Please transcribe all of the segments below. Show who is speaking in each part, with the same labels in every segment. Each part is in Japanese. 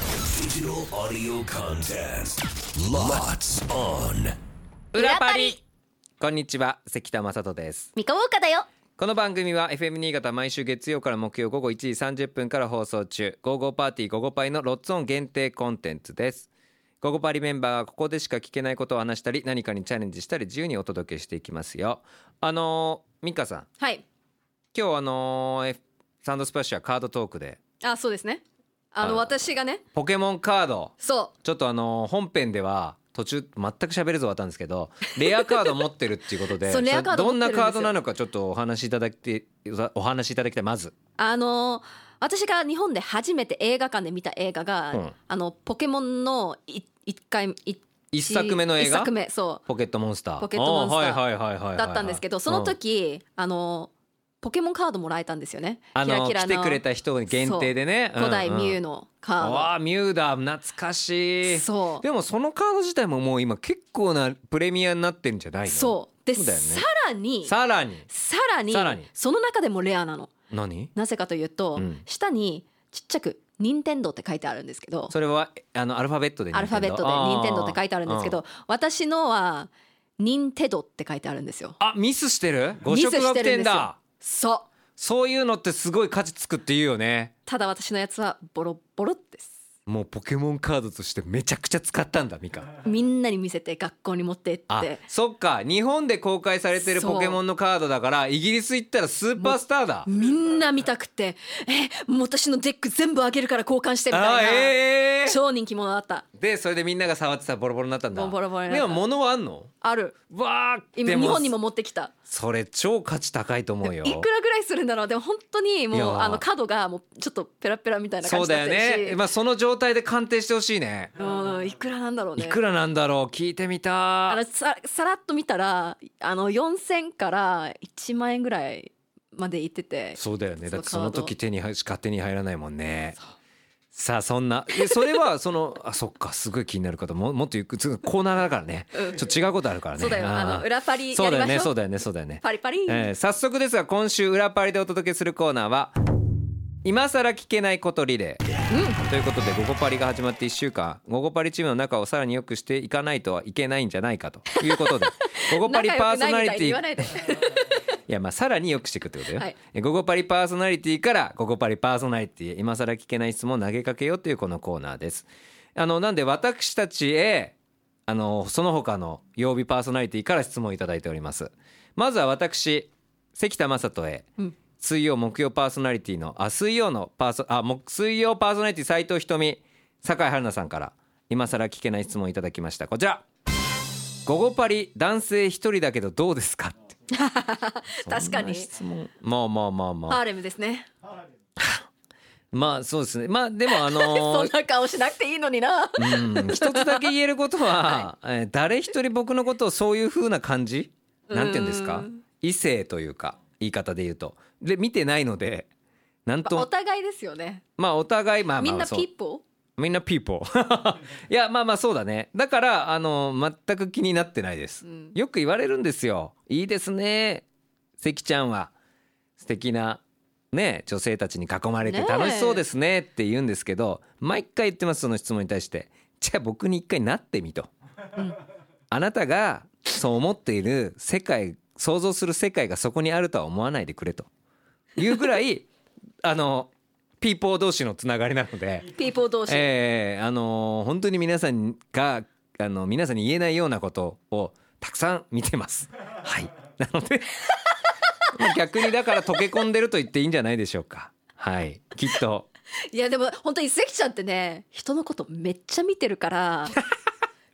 Speaker 1: Digital audio contest. Lots on.
Speaker 2: 裏パリ
Speaker 3: こんにちは関田正人です
Speaker 2: 三河岡だよ
Speaker 3: この番組は FM 新潟毎週月曜から木曜午後1時30分から放送中「ゴーゴーパーティーゴーゴーパイ」のロッツオン限定コンテンツですゴーゴーパリメンバーはここでしか聞けないことを話したり何かにチャレンジしたり自由にお届けしていきますよあのー、ミカさん
Speaker 2: はい
Speaker 3: 今日あのー F- サンドスプラッシュはカードトークで
Speaker 2: あそうですねあ
Speaker 3: あ
Speaker 2: の私がね
Speaker 3: ポケモンカード
Speaker 2: そ
Speaker 3: ちょっとあのー本編では途中全く喋るぞはあったんですけどレアカード持ってるっていうことで
Speaker 2: そうレアカード
Speaker 3: ど
Speaker 2: 持ってる
Speaker 3: んな
Speaker 2: んですよ
Speaker 3: カードなのかちょっとお話しいただいてお話しいただきたいまず
Speaker 2: うあの私が日本で初めて映画館で見た映画が、
Speaker 3: うん
Speaker 2: あのポケモンのい一回一
Speaker 3: 一作目の映画
Speaker 2: 一作目そ
Speaker 3: ポケットモンスター
Speaker 2: ポケットモンスター
Speaker 3: あはいはいはいはいはいは
Speaker 2: う
Speaker 3: い
Speaker 2: だったんですけどその
Speaker 3: うん
Speaker 2: 時、あのポケモンカードもらえたんですよね
Speaker 3: あの
Speaker 2: キラ
Speaker 3: 来
Speaker 2: キラ
Speaker 3: て
Speaker 2: の
Speaker 3: くれた人に限定でね
Speaker 2: 古代ミュウ
Speaker 3: の
Speaker 2: のカード、
Speaker 3: ああミューだ懐かしい
Speaker 2: そう
Speaker 3: でもそのカード自体ももう今結構なプレミアになってるんじゃないの
Speaker 2: そうで
Speaker 3: そうだよね
Speaker 2: さらに
Speaker 3: さらに
Speaker 2: さらに
Speaker 3: さらに
Speaker 2: その中でもレアなの
Speaker 3: 何
Speaker 2: なぜかというと、
Speaker 3: うん
Speaker 2: 下にちっちゃく「任天堂って書いてあるんですけど
Speaker 3: それはえあのアルファベットで
Speaker 2: アルファベットで「任天堂って書いてあるんですけ
Speaker 3: あ
Speaker 2: ど私のは「任天堂って書いてあるんですよ。
Speaker 3: ーあミスしてる誤色が起点だ
Speaker 2: そう
Speaker 3: そういうのってすごい価値つくって言うよね
Speaker 2: ただ私のやつはボロボロです。
Speaker 3: もうポケモンカードとしてめちゃくちゃ使ったんだミカ
Speaker 2: みんなに見せて学校に持って行っ
Speaker 3: あ
Speaker 2: て
Speaker 3: そっか日本で公開されてる
Speaker 2: そう
Speaker 3: ポケモンのカードだからイギリス行ったらスーパースターだ
Speaker 2: みんな見たくて「えもう私のデック全部あげるから交換して」み
Speaker 3: あ
Speaker 2: たいな、
Speaker 3: ええ
Speaker 2: 超人気者だった
Speaker 3: でそれでみんなが触ってたらボロボロになったんだ
Speaker 2: ボロボロになっ
Speaker 3: で
Speaker 2: た
Speaker 3: も物はあんの
Speaker 2: ある
Speaker 3: わあ
Speaker 2: 今日本にも持ってきた
Speaker 3: それ超価値高いと思う
Speaker 2: い
Speaker 3: よ
Speaker 2: くらぐらいするんだろうでも本当にも
Speaker 3: いや
Speaker 2: う
Speaker 3: ー
Speaker 2: あの角がもうちょっとペラペラみたいな感
Speaker 3: そう
Speaker 2: じ
Speaker 3: だ
Speaker 2: だっ
Speaker 3: よ
Speaker 2: たし
Speaker 3: ねまあその状態で鑑定してほしいね
Speaker 2: うん、いくらなんだろう
Speaker 3: い
Speaker 2: ね。
Speaker 3: くらなんだろう聞いてみた
Speaker 2: あのささらっと見たらあの4000から1万円ぐらいまでいってて
Speaker 3: そうだよね
Speaker 2: そ
Speaker 3: だ
Speaker 2: の
Speaker 3: ってその
Speaker 2: カー
Speaker 3: 時
Speaker 2: ド
Speaker 3: 手に入しか手に入らないもんねさあそんなえそれは そのあそっかすごい気になる方ももっとゆっくつコーナーだからね
Speaker 2: うん
Speaker 3: ちょっと違うことあるからね
Speaker 2: そうだよあの
Speaker 3: 裏
Speaker 2: 裏パリやり
Speaker 3: そうだよ
Speaker 2: ま
Speaker 3: ね
Speaker 2: しょ
Speaker 3: そう
Speaker 2: う
Speaker 3: だよねそうだよね
Speaker 2: パリパリ、
Speaker 3: えー早速ですが今週裏パリでお届けするコーナーは今更聞けないことリレー、ということで「午後パリ」が始まって1週間午後パリチームの中をさらに良くしていかないとはいけないんじゃないかということ で「午後パリ
Speaker 2: 仲
Speaker 3: パー
Speaker 2: 良くな
Speaker 3: ソ
Speaker 2: い
Speaker 3: ナ
Speaker 2: み
Speaker 3: リ
Speaker 2: たい
Speaker 3: テ
Speaker 2: に
Speaker 3: ィ
Speaker 2: 言わないで
Speaker 3: いやまあさらに良くしていくってことよ、
Speaker 2: はい
Speaker 3: え午後パリパーソナリティから午後パリパーソナリティへ今更聞けない質問を投げかけようというこのコーナーですあのなんで私たちへあのその他の曜日パーソナリティから質問をいただいておりますまずは私関田正人へ、
Speaker 2: うん
Speaker 3: 水曜木曜パーソナリティのあ水曜のパーソあ木水曜パーソナリティ斉藤ひとみ酒井春奈さんから今更聞けない質問をいただきましたこちら午後パリ男性一人だけどどうですかって
Speaker 2: 確かに
Speaker 3: 質問まあまあまあまあ、
Speaker 2: ハーレムですね
Speaker 3: まあそうですねまあでもあの
Speaker 2: そん
Speaker 3: ー
Speaker 2: な顔しなくていいのにな
Speaker 3: うん一つだけ言えること は、えー誰一人僕のことをそういう風な感じなんて言うんですか
Speaker 2: うん
Speaker 3: 異性というか言い方で言うとで見てないのでなん
Speaker 2: まあお
Speaker 3: と
Speaker 2: 互いですよね
Speaker 3: まあお互いまあまあ
Speaker 2: みんな
Speaker 3: そ
Speaker 2: ピ
Speaker 3: う
Speaker 2: ーポ
Speaker 3: みんなピーポー いやまあまあそうだねだからあの全く気になってないです、
Speaker 2: うん
Speaker 3: よく言われるんですよいいですね関ちゃんは素敵なね女性たちに囲まれて
Speaker 2: ねえ
Speaker 3: 楽しそうですねって言うんですけど、毎回言ってますその質問に対してじゃあ僕に一回なってみと、
Speaker 2: うん
Speaker 3: あなたがそう思っている世界想像する世界がそこにあるとは思わないでくれというぐらいあのピーポー同士のつながりなので。
Speaker 2: ピーポー同士、
Speaker 3: ええあのー本当に皆さんがあの皆さんに言えないようなことをたくさん見て ます。はい。なので 逆にだから溶け込んでると言っていいんじゃないでしょうか。はい。きっと
Speaker 2: いやでも本当に関ちゃんってね人のことめっちゃ見てるから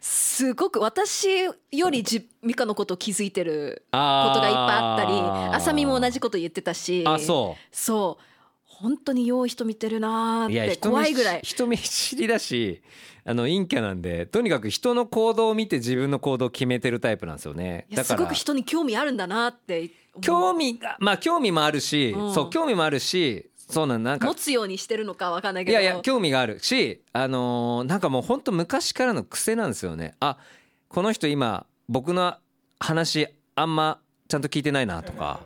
Speaker 2: すごく私よりじ美香のことを気づいてる
Speaker 3: あー
Speaker 2: ことがいっぱいあったり浅見も同じこと言ってたし
Speaker 3: あそ
Speaker 2: そう本当によう人見てるな
Speaker 3: う。い
Speaker 2: ー
Speaker 3: や
Speaker 2: って
Speaker 3: 人見
Speaker 2: 怖いぐらい
Speaker 3: 人見知りだし、あの陰キャなんでとにかく人の行動を見て自分の行動を決めてるタイプなんですよね。
Speaker 2: い
Speaker 3: だ
Speaker 2: や
Speaker 3: か
Speaker 2: す
Speaker 3: ら
Speaker 2: ごく人に興味あるんだなって思う
Speaker 3: 興味がまあ興味もあるし、
Speaker 2: うん
Speaker 3: そう興味もあるし、そうなんなんか
Speaker 2: 持つようにしてるのかわかんないけ
Speaker 3: い
Speaker 2: ど
Speaker 3: やいや興味があるしあのーなんかもうほんと昔からの癖なんですよねあこの人今僕の話あんまちゃんと聞いてないなとか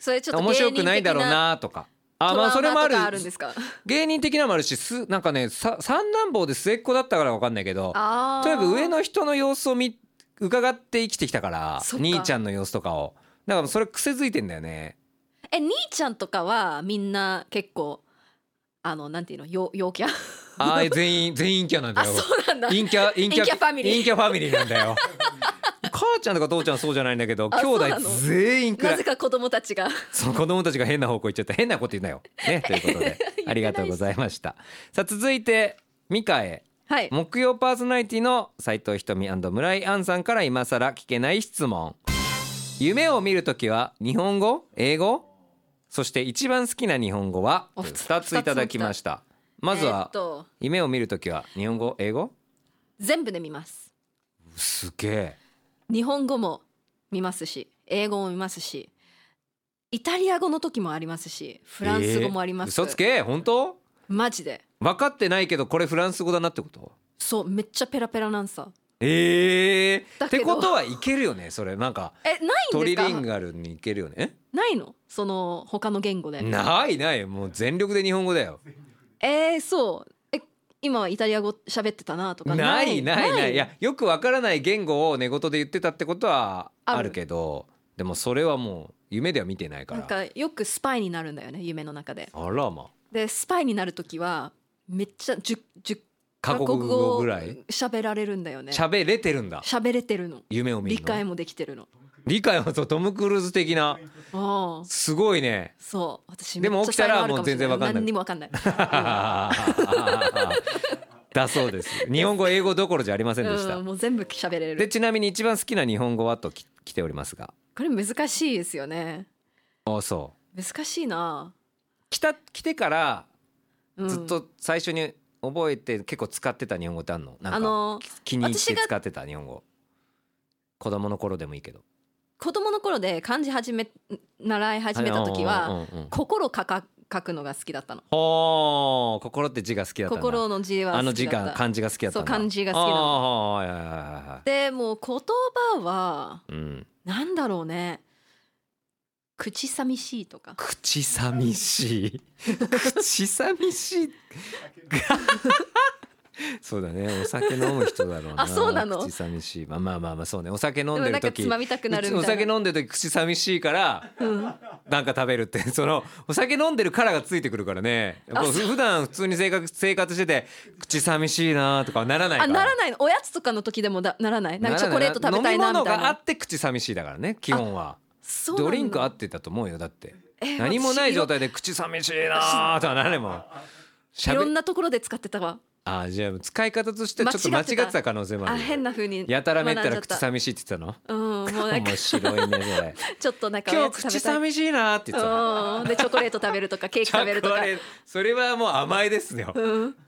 Speaker 2: それちょっと
Speaker 3: 面
Speaker 2: 芸人
Speaker 3: 白
Speaker 2: 的
Speaker 3: くないだろうなとかあまあそれもある
Speaker 2: トラウマとかあるんですか
Speaker 3: 芸人的なのもあるしすなんかねさ三男坊で末っ子だったから分かんないけど
Speaker 2: あー
Speaker 3: とにかく上の人の様子を見伺って生きてきたから
Speaker 2: そっか
Speaker 3: 兄ちゃんの様子とかをだからそれ癖づいてんだよね
Speaker 2: え兄ちゃんとかはみんな結構あのなんていうのよ陽キャ
Speaker 3: ああ全員 全員キャなんだ
Speaker 2: あ
Speaker 3: よ
Speaker 2: そうなん だ
Speaker 3: 陰キャ陰キャ
Speaker 2: 陰キャファミリー
Speaker 3: 陰キャファミリーなんだ よ母ちゃんとか父ちゃんはそうじゃないんだけど
Speaker 2: あ
Speaker 3: 兄
Speaker 2: そうな
Speaker 3: 弟
Speaker 2: の
Speaker 3: 全員くら
Speaker 2: ないぜか子供たちが
Speaker 3: その子供たちが変な方向行っちゃった変なこと言うなよ。 ね、ということでありがとうございました。さあ続いてミカへ
Speaker 2: はい
Speaker 3: 木曜パーソナリティの斉藤ひとみ村井杏さんから今更聞けない質問。夢を見るときは日本語英語そして一番好きな日本語は
Speaker 2: お
Speaker 3: 2ついただきました。まず
Speaker 2: えーっ
Speaker 3: は
Speaker 2: と
Speaker 3: 夢を見るときは日本語英語
Speaker 2: 全部で見ます
Speaker 3: すげえ。
Speaker 2: 日本語も見ますし英語も見ますしイタリア語の時もありますしフランス語もありま
Speaker 3: え
Speaker 2: す、
Speaker 3: ー嘘つけ本当
Speaker 2: マジで
Speaker 3: 分かってないけどこれフランス語だなってこと
Speaker 2: そうめっちゃペラペラなんさ
Speaker 3: ええ
Speaker 2: だ
Speaker 3: っ
Speaker 2: け
Speaker 3: て
Speaker 2: ど
Speaker 3: ことはいけるよねそれなんか
Speaker 2: えないん
Speaker 3: ト
Speaker 2: です
Speaker 3: リ
Speaker 2: か
Speaker 3: リンガルにいけるよね
Speaker 2: ないのその他の言語で
Speaker 3: えないないもう全力で日本語だよ
Speaker 2: えー、そうえ今はイタリア語喋ってたなとか
Speaker 3: ないないないいやよくわからない言語を寝言で言ってたってことは
Speaker 2: ある
Speaker 3: あるけどでもそれはもう夢では見てないか
Speaker 2: なん
Speaker 3: ら
Speaker 2: かよくスパイになるんだよね夢の中で
Speaker 3: あらま
Speaker 2: でスパイになる時はめっちゃ 10, 10
Speaker 3: 韓国語ぐらい
Speaker 2: 喋られるんだよね
Speaker 3: 喋れてるんだ
Speaker 2: 喋れてるの
Speaker 3: 夢を見る
Speaker 2: 理
Speaker 3: の
Speaker 2: 解もできてるの
Speaker 3: 理解もそうトム・クルーズ的な
Speaker 2: ああ
Speaker 3: すごいね
Speaker 2: そう私
Speaker 3: でも
Speaker 2: めっちゃ才能あるかしれ
Speaker 3: 起きたらもう全然わかんない
Speaker 2: 何にもわかんない
Speaker 3: だそうです日本語英語どころじゃありませんでし
Speaker 2: う
Speaker 3: た
Speaker 2: んもう全部喋れ
Speaker 3: で
Speaker 2: る
Speaker 3: ちなみに一番好きな日本語はとき来ておりますが
Speaker 2: これ難しいですよね
Speaker 3: あそう
Speaker 2: 難しいな、
Speaker 3: 来た来てから
Speaker 2: うん
Speaker 3: ずっと最初に覚えて結構使ってた日本語ってあんのなんか
Speaker 2: あの
Speaker 3: 気に入っ
Speaker 2: 私
Speaker 3: て
Speaker 2: が
Speaker 3: 使ってた日本語子供の頃でもいいけど
Speaker 2: 子供の頃で漢字始め習い始めた時
Speaker 3: うんう
Speaker 2: は
Speaker 3: んうんうん
Speaker 2: 心かか書くのが好きだったの
Speaker 3: ほー心って字が好きだったんだ
Speaker 2: 心の字は好きだった
Speaker 3: あの字が漢字が好きだったんだ
Speaker 2: そう漢字が好きなの
Speaker 3: あーはいはいはいは
Speaker 2: でもう言葉はい
Speaker 3: うん
Speaker 2: なんだろうね口寂しいとか
Speaker 3: 口寂しい口寂しいそうだねお酒飲む人だろうな
Speaker 2: あそうなの
Speaker 3: 口寂しいまあまあまあまあそうねお酒飲
Speaker 2: で
Speaker 3: ん
Speaker 2: も
Speaker 3: でる
Speaker 2: なんか
Speaker 3: 時
Speaker 2: つまみたくなる
Speaker 3: う
Speaker 2: み
Speaker 3: ち
Speaker 2: たいな
Speaker 3: お酒飲んでる時口寂しいからなんか食べるって そのお酒飲んでるからがついてくるからねやっぱ
Speaker 2: あそう
Speaker 3: 普段普通に生活生活してて口寂しいなとかはならない
Speaker 2: あ
Speaker 3: から
Speaker 2: ならないのおやつとかの時でもだならないなんかチョコレート食べたいなみ
Speaker 3: 飲み物
Speaker 2: たい
Speaker 3: があ
Speaker 2: な
Speaker 3: って口寂しいだからね基本は
Speaker 2: そうなんだ
Speaker 3: ドリンクあってだと思うよだって
Speaker 2: えー
Speaker 3: 何もない
Speaker 2: 私
Speaker 3: 状態で口寂しいなとはなれもし
Speaker 2: い
Speaker 3: ゃべ
Speaker 2: ろんなところで使ってたわ
Speaker 3: あじゃあ使い方としてちょっと間違
Speaker 2: 間違
Speaker 3: っ
Speaker 2: っててた
Speaker 3: た可能性もあ
Speaker 2: あ
Speaker 3: る
Speaker 2: 変な風に
Speaker 3: やたらめったら
Speaker 2: 学んじ
Speaker 3: 口
Speaker 2: ゃっ
Speaker 3: 寂しいって言ってたの
Speaker 2: たうんもうなん か
Speaker 3: 面白いねそれ
Speaker 2: ちょっとなんかお
Speaker 3: 今
Speaker 2: や
Speaker 3: 日口
Speaker 2: つ食べたい
Speaker 3: 寂しいなって言ってたの
Speaker 2: うんでチョコレート食べると かケーキ食べるとか
Speaker 3: チョコレートそれはもう甘えですよ、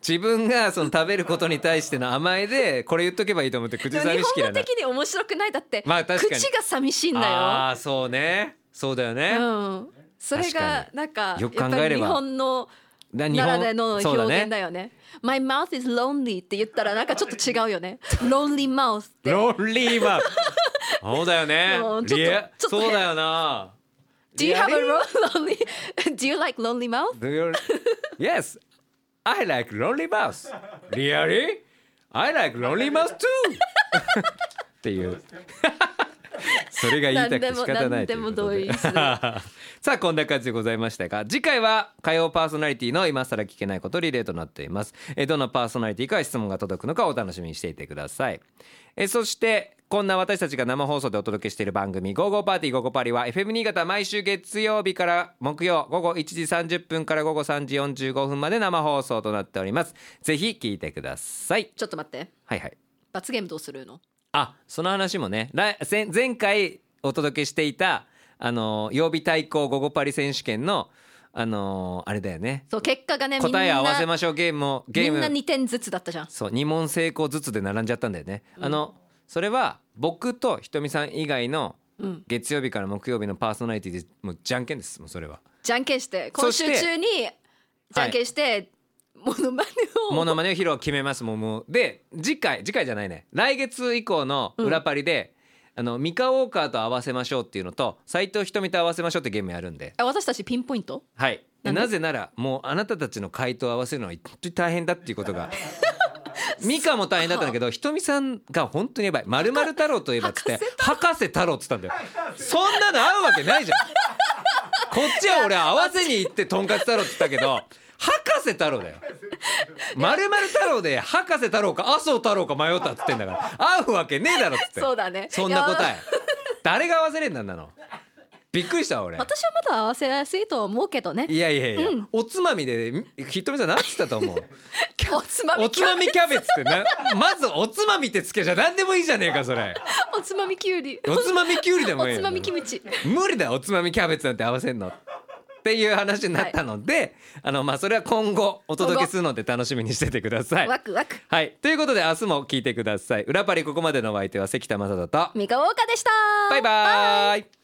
Speaker 3: 自分がその食べることに対しての甘えでこれ言っとけばいいと思って口
Speaker 2: でも日
Speaker 3: 寂しき
Speaker 2: 本
Speaker 3: ら
Speaker 2: 語
Speaker 3: ない
Speaker 2: 的に面白くないだって、
Speaker 3: まあ確かに
Speaker 2: 口が寂しいんだ
Speaker 3: ああそうねそうだよ
Speaker 2: よ、
Speaker 3: ね、
Speaker 2: うん、それが
Speaker 3: 確
Speaker 2: なんか
Speaker 3: よく考えれば
Speaker 2: やっぱり日本の
Speaker 3: だ
Speaker 2: ならでの
Speaker 3: そう
Speaker 2: 表
Speaker 3: だ
Speaker 2: 現
Speaker 3: ね
Speaker 2: だよね My mouth is lonely って言ったらなんかちょっと違うよね Lonely mouth って
Speaker 3: ロンリー マンそうだよね
Speaker 2: うんちょっと
Speaker 3: リア
Speaker 2: ちょっと
Speaker 3: そうだよな
Speaker 2: Do you have a lonely Do you like lonely mouth?
Speaker 3: Do you... Yes, I like lonely mouse. Really? I like lonely mouse too. っていう。 それが言いたくて仕方ないということで
Speaker 2: 何でも何でも同意する
Speaker 3: さあこんな感じでございましたが次回は火曜パーソナリティの今更聞けないことリレーとなっていますえーどのパーソナリティから質問が届くのかお楽しみにしていてくださいえーそしてこんな私たちが生放送でお届けしている番組「GoGo パーティー GoGo パリ」は FM 新潟毎週月曜日から木曜午後1時30分から午後3時45分まで生放送となっておりますぜひ聞いてください
Speaker 2: ちょっと待って
Speaker 3: はいはい
Speaker 2: 罰ゲームどうするの
Speaker 3: あその話もね来前前回お届けしていたあの曜日対抗午後パリ選手権のあのあれだよね
Speaker 2: そう結果がねみんな
Speaker 3: 答え合わせましょうゲームをゲー
Speaker 2: み
Speaker 3: ム
Speaker 2: んな2点ずつだったじゃん
Speaker 3: そう2問成功ずつで並んじゃったんだよね、あのそれは僕とひとみさん以外の
Speaker 2: うん
Speaker 3: 月曜日から木曜日のパーソナリティでもうじゃんけんですもうそれは
Speaker 2: じゃんけんして
Speaker 3: そ
Speaker 2: 今
Speaker 3: して
Speaker 2: 週中にじゃんけんしてモノマネを
Speaker 3: モノマネを披露決めますもうもうで次回次回じゃないね来月以降の裏パリで、あのミカ・ウォーカーと合わせましょうっていうのと斎藤ひとみと合わせましょうってゲームやるんで
Speaker 2: あ私たちピンポイント
Speaker 3: はいでなぜならもうあなたたちの回答を合わせるのは本当に大変だっていうこと がミカも大変だったんだけどひとみさんが本当にやばい「まるまる太郎といえば」っつって「博士太郎」っつったんだよそんなの合うわけない じゃんこっちは俺合わせに行って「とんかつ太郎」っつったけど博士太郎だよまるまる太郎で博士太郎か麻生太郎か迷ったっつってんだから合うわけねえだろっつって
Speaker 2: そうだね
Speaker 3: そんな答
Speaker 2: い
Speaker 3: え
Speaker 2: や
Speaker 3: 誰が合わせれんなんなのびっくりした俺
Speaker 2: 私はまだ合わせやすいと思うけどね
Speaker 3: いやいやいや、おつまみでひとみさん何つったと 思う
Speaker 2: おつま
Speaker 3: お
Speaker 2: みき
Speaker 3: つ
Speaker 2: ゅ
Speaker 3: まみキャベツってなまずおつまみってつけじゃ何でもいいじゃねえかそれ
Speaker 2: おつまみきゅうり
Speaker 3: おつまみきゅうりで
Speaker 2: お
Speaker 3: もいい
Speaker 2: つまみキムチ
Speaker 3: 無理だよおつまみキャベツなんて合わせんのっていう話になったので、あのまあそれは今後お届けするので楽しみにしててください
Speaker 2: ワクワク
Speaker 3: はいということで明日も聞いてください裏パリここまでのお相手は関田正人と
Speaker 2: 三河岡でした
Speaker 3: バイバイ